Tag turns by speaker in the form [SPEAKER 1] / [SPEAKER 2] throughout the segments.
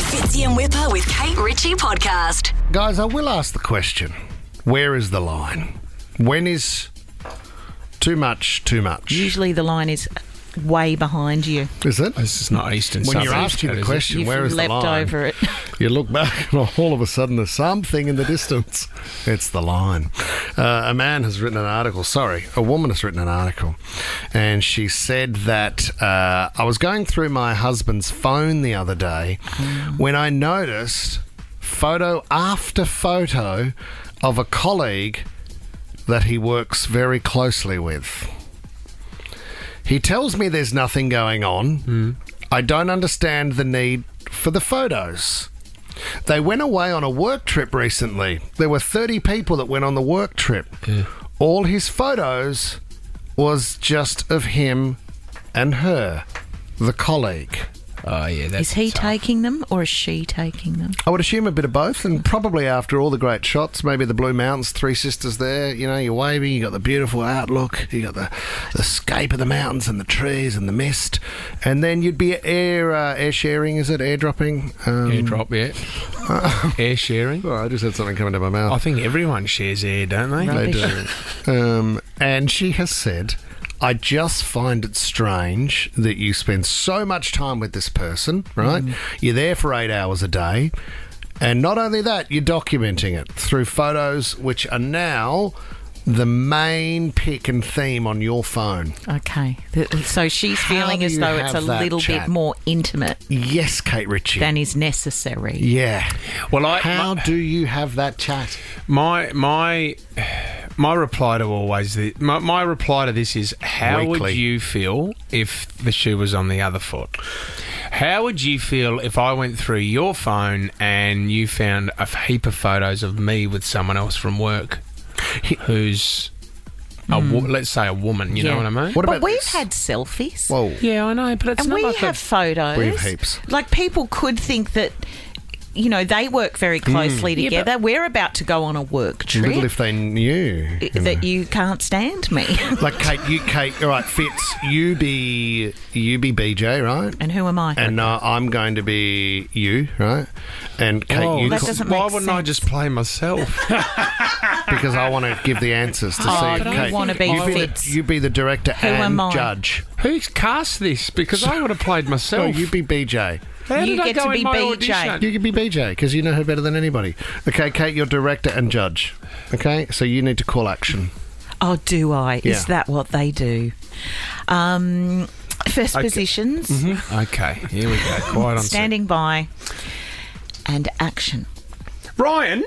[SPEAKER 1] Fitzy and Whipper with Kate Ritchie podcast.
[SPEAKER 2] Guys, I will ask the question where is the line? When is too much too much?
[SPEAKER 3] Usually the line is way behind you.
[SPEAKER 2] Is it?
[SPEAKER 4] Oh, This is not Eastern
[SPEAKER 2] When you're
[SPEAKER 4] Suburbs
[SPEAKER 2] asking
[SPEAKER 4] code,
[SPEAKER 2] the
[SPEAKER 4] is it?
[SPEAKER 2] question,
[SPEAKER 3] You've
[SPEAKER 2] where is the
[SPEAKER 3] leapt
[SPEAKER 2] line?
[SPEAKER 3] over it.
[SPEAKER 2] You look back, and all of a sudden, there's something in the distance. It's the line. Uh, a man has written an article. Sorry, a woman has written an article, and she said that uh, I was going through my husband's phone the other day when I noticed photo after photo of a colleague that he works very closely with. He tells me there's nothing going on. I don't understand the need for the photos. They went away on a work trip recently. There were 30 people that went on the work trip. All his photos was just of him and her, the colleague.
[SPEAKER 4] Oh yeah, that's
[SPEAKER 3] Is he
[SPEAKER 4] tough.
[SPEAKER 3] taking them or is she taking them?
[SPEAKER 2] I would assume a bit of both, and probably after all the great shots, maybe the Blue Mountains, Three Sisters there, you know, you're waving, you got the beautiful outlook, you got the, the scape of the mountains and the trees and the mist, and then you'd be air uh, air sharing, is it? Airdropping? Um,
[SPEAKER 4] airdrop yet? air sharing.
[SPEAKER 2] Oh, I just had something coming to my mouth.
[SPEAKER 4] I think everyone shares air, don't they?
[SPEAKER 2] They
[SPEAKER 3] Right.
[SPEAKER 2] do.
[SPEAKER 3] Rubbish.
[SPEAKER 2] um, and she has said, I just find it strange that you spend so much time with this person, right? You're there for eight hours a day. And not only that, you're documenting it through photos, which are now the main pick and theme on your phone.
[SPEAKER 3] Okay. Th- So she's
[SPEAKER 2] How
[SPEAKER 3] feeling
[SPEAKER 2] do
[SPEAKER 3] as
[SPEAKER 2] you
[SPEAKER 3] though it's a
[SPEAKER 2] have that
[SPEAKER 3] little
[SPEAKER 2] chat?
[SPEAKER 3] bit more intimate
[SPEAKER 2] Yes, Kate Ritchie.
[SPEAKER 3] than is necessary.
[SPEAKER 2] yeah.
[SPEAKER 4] Well, I
[SPEAKER 2] How do you have that chat?
[SPEAKER 4] my my my reply to always the, my, my reply to this is how
[SPEAKER 2] Weekly.
[SPEAKER 4] would you feel if the shoe was on the other foot? How would you feel if I went through your phone and you found a heap of photos of me with someone else from work, who's a
[SPEAKER 3] Hmm.
[SPEAKER 4] wo- let's say a woman? You know what I mean?
[SPEAKER 2] What
[SPEAKER 3] But
[SPEAKER 2] about
[SPEAKER 3] we've
[SPEAKER 2] this?
[SPEAKER 3] had selfies.
[SPEAKER 2] Whoa.
[SPEAKER 4] Yeah, I know, but it's
[SPEAKER 3] and
[SPEAKER 4] not
[SPEAKER 3] we
[SPEAKER 4] like a-
[SPEAKER 3] have photos.
[SPEAKER 2] We have heaps.
[SPEAKER 3] Like people could think that, you know, they work very
[SPEAKER 2] Hmm.
[SPEAKER 3] closely together. We're about to go on a work trip.
[SPEAKER 2] Little if they knew.
[SPEAKER 3] i- that you can't stand me.
[SPEAKER 2] Like Kate, you Kate, all right, Fitz, you be you be BJ, right?
[SPEAKER 3] and who am I?
[SPEAKER 2] And uh, I'm going to be you, right? And Kate,
[SPEAKER 4] Oh,
[SPEAKER 2] you
[SPEAKER 3] That
[SPEAKER 2] co-
[SPEAKER 3] doesn't
[SPEAKER 4] why
[SPEAKER 3] make
[SPEAKER 4] wouldn't I
[SPEAKER 3] sense.
[SPEAKER 4] just play myself?
[SPEAKER 2] because I want to give the answers to
[SPEAKER 3] Oh,
[SPEAKER 2] see.
[SPEAKER 3] but I
[SPEAKER 2] Kate,
[SPEAKER 3] wanna be
[SPEAKER 2] you
[SPEAKER 3] Fitz.
[SPEAKER 2] the, you be the director
[SPEAKER 3] Who
[SPEAKER 2] and
[SPEAKER 3] am I?
[SPEAKER 2] judge.
[SPEAKER 4] Who's cast this? Because I would have played
[SPEAKER 2] So
[SPEAKER 4] myself.
[SPEAKER 2] you be BJ.
[SPEAKER 4] How
[SPEAKER 3] You
[SPEAKER 4] did I
[SPEAKER 3] get
[SPEAKER 4] go
[SPEAKER 3] to
[SPEAKER 4] in
[SPEAKER 3] be
[SPEAKER 4] my
[SPEAKER 3] BJ.
[SPEAKER 4] audition?
[SPEAKER 2] You can be BJ because you know her better than anybody. Okay, Kate, you're director and judge. Okay, so you need to call action.
[SPEAKER 3] Oh, do I?
[SPEAKER 2] Yeah.
[SPEAKER 3] Is that what they do? Um, first
[SPEAKER 4] Okay.
[SPEAKER 3] positions,
[SPEAKER 4] Hmm? Okay, here we go. Quiet on set.
[SPEAKER 3] standing by, and action.
[SPEAKER 4] Ryan,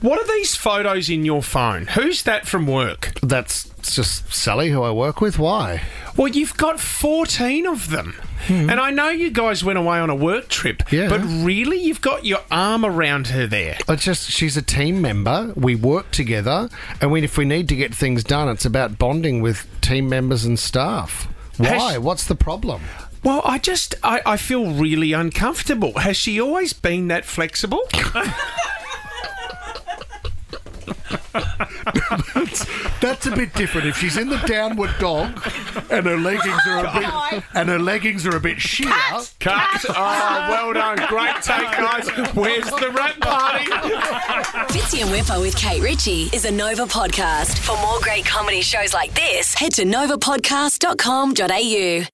[SPEAKER 4] what are these photos in your phone? Who's that from work?
[SPEAKER 2] That's just Sally, who I work with. Why?
[SPEAKER 4] Well, you've got 14 of them. And I know you guys went away on a work trip,
[SPEAKER 2] Yeah.
[SPEAKER 4] but really, you've got your arm around her there.
[SPEAKER 2] It's just she's a team member. We work together, and we, if we need to get things done, it's about bonding with team members and staff. Why?
[SPEAKER 4] Has-
[SPEAKER 2] What's the problem?
[SPEAKER 4] Well, I just, I, I feel really uncomfortable. Has she always been that flexible?
[SPEAKER 2] That's a bit different. If she's in the downward dog, and her leggings are a bit, and her leggings are a bit sheer.
[SPEAKER 4] Cut. Oh, well done. Great take, guys. Where's the rap party?
[SPEAKER 1] Fitzy and Whipper with Kate Ritchie is a Nova podcast. For more great comedy shows like this, head to novapodcast.com.au.